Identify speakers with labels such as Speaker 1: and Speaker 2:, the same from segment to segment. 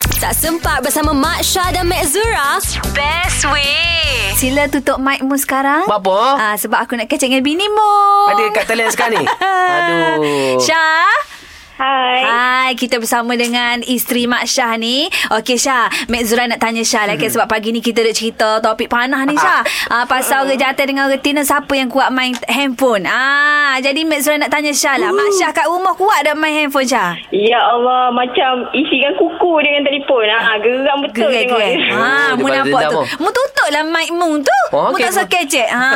Speaker 1: Tak sempat bersama Mak Syah dan Mak Zura? Best way.
Speaker 2: Sila tutup mic mu sekarang.
Speaker 3: Buat apa?
Speaker 2: Ah, sebab aku nak kecek dengan bini mu.
Speaker 3: Ada kat talian sekarang ni? Aduh.
Speaker 2: Syah.
Speaker 4: Hai.
Speaker 2: Hai, kita bersama dengan isteri Mak Syah ni. Okey Syah, Mek Zura nak tanya Syah lah hmm. sebab pagi ni kita ada cerita topik panah ni Syah. Ah, pasal orang jantan dengan orang tina siapa yang kuat main handphone. Ah, jadi Mek Zura nak tanya Syah lah. Mak Syah kat rumah kuat dah main handphone Syah?
Speaker 4: Ya Allah, macam isikan kuku dengan telefon.
Speaker 2: Ah,
Speaker 4: Ha, geram betul
Speaker 2: Gerai
Speaker 4: tengok
Speaker 2: gerai.
Speaker 4: dia.
Speaker 3: Oh,
Speaker 2: Ha,
Speaker 3: dia
Speaker 2: mu
Speaker 3: balas
Speaker 2: nampak
Speaker 3: dendam
Speaker 2: tu.
Speaker 3: tu.
Speaker 2: Mu tutup lah mic mu tu. mu
Speaker 3: Oh,
Speaker 2: tak
Speaker 3: okey, mu-
Speaker 2: sakit cek. Ha.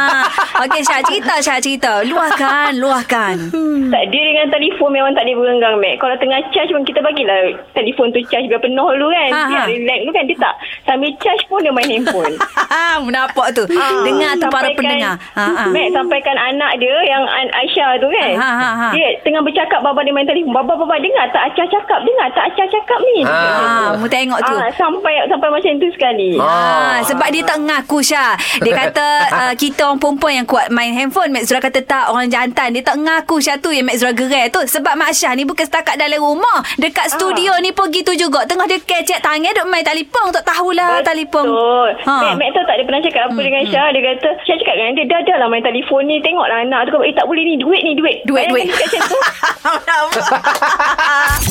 Speaker 2: Okey Syah, cerita Syah, cerita. Luahkan, luahkan.
Speaker 4: Tak, dia dengan telefon memang tak boleh berenggang, Mac. Kalau tengah charge pun kita bagilah telefon tu charge biar penuh dulu kan.
Speaker 2: Ha,
Speaker 4: Ha,
Speaker 2: ha.
Speaker 4: Biar relax dulu kan. Dia tak. Sambil charge pun dia main handphone.
Speaker 2: Ah, mu nampak tu. Dengar tu para
Speaker 4: Ah, Sampaikan-
Speaker 2: pendengar. Ha ha.
Speaker 4: Mac, sampaikan anak dia yang An- Aisyah tu kan.
Speaker 2: Ha, ha, ha.
Speaker 4: Dia tengah bercakap baba dia main telefon. Baba, baba dengar tak Acah cakap? Dengar tak Acah cakap ni?
Speaker 3: Ha.
Speaker 2: Ha, mu tengok tu.
Speaker 4: Ah, sampai sampai macam tu sekali.
Speaker 3: Ha.
Speaker 2: Ah, sebab dia tak ngaku Syah. Dia kata uh, kita orang perempuan yang kuat main handphone. Mek Zura kata tak orang jantan. Dia tak ngaku Syah tu yang Mek Zura gerai tu. Sebab Mak Syah ni bukan setakat dalam rumah. Dekat studio
Speaker 4: Ah.
Speaker 2: ni pun gitu juga. Tengah dia kecek tangan duk main telefon. Tak tahulah telefon.
Speaker 4: Betul. Ha. Mac, Mac tahu tak dia pernah cakap apa hmm, dengan Syah. Dia kata, Syah cakap dengan dia, dah dah lah main telefon ni. Tengoklah anak tu. Eh tak boleh ni, duit ni, duit.
Speaker 2: Duit, duit.
Speaker 4: Bayangkan dia cakap macam tu.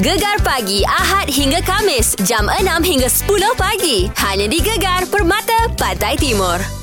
Speaker 1: Gegar pagi Ahad hingga Kamis jam 6 hingga 10 pagi. Hanya di Gegar Permata Pantai Timur.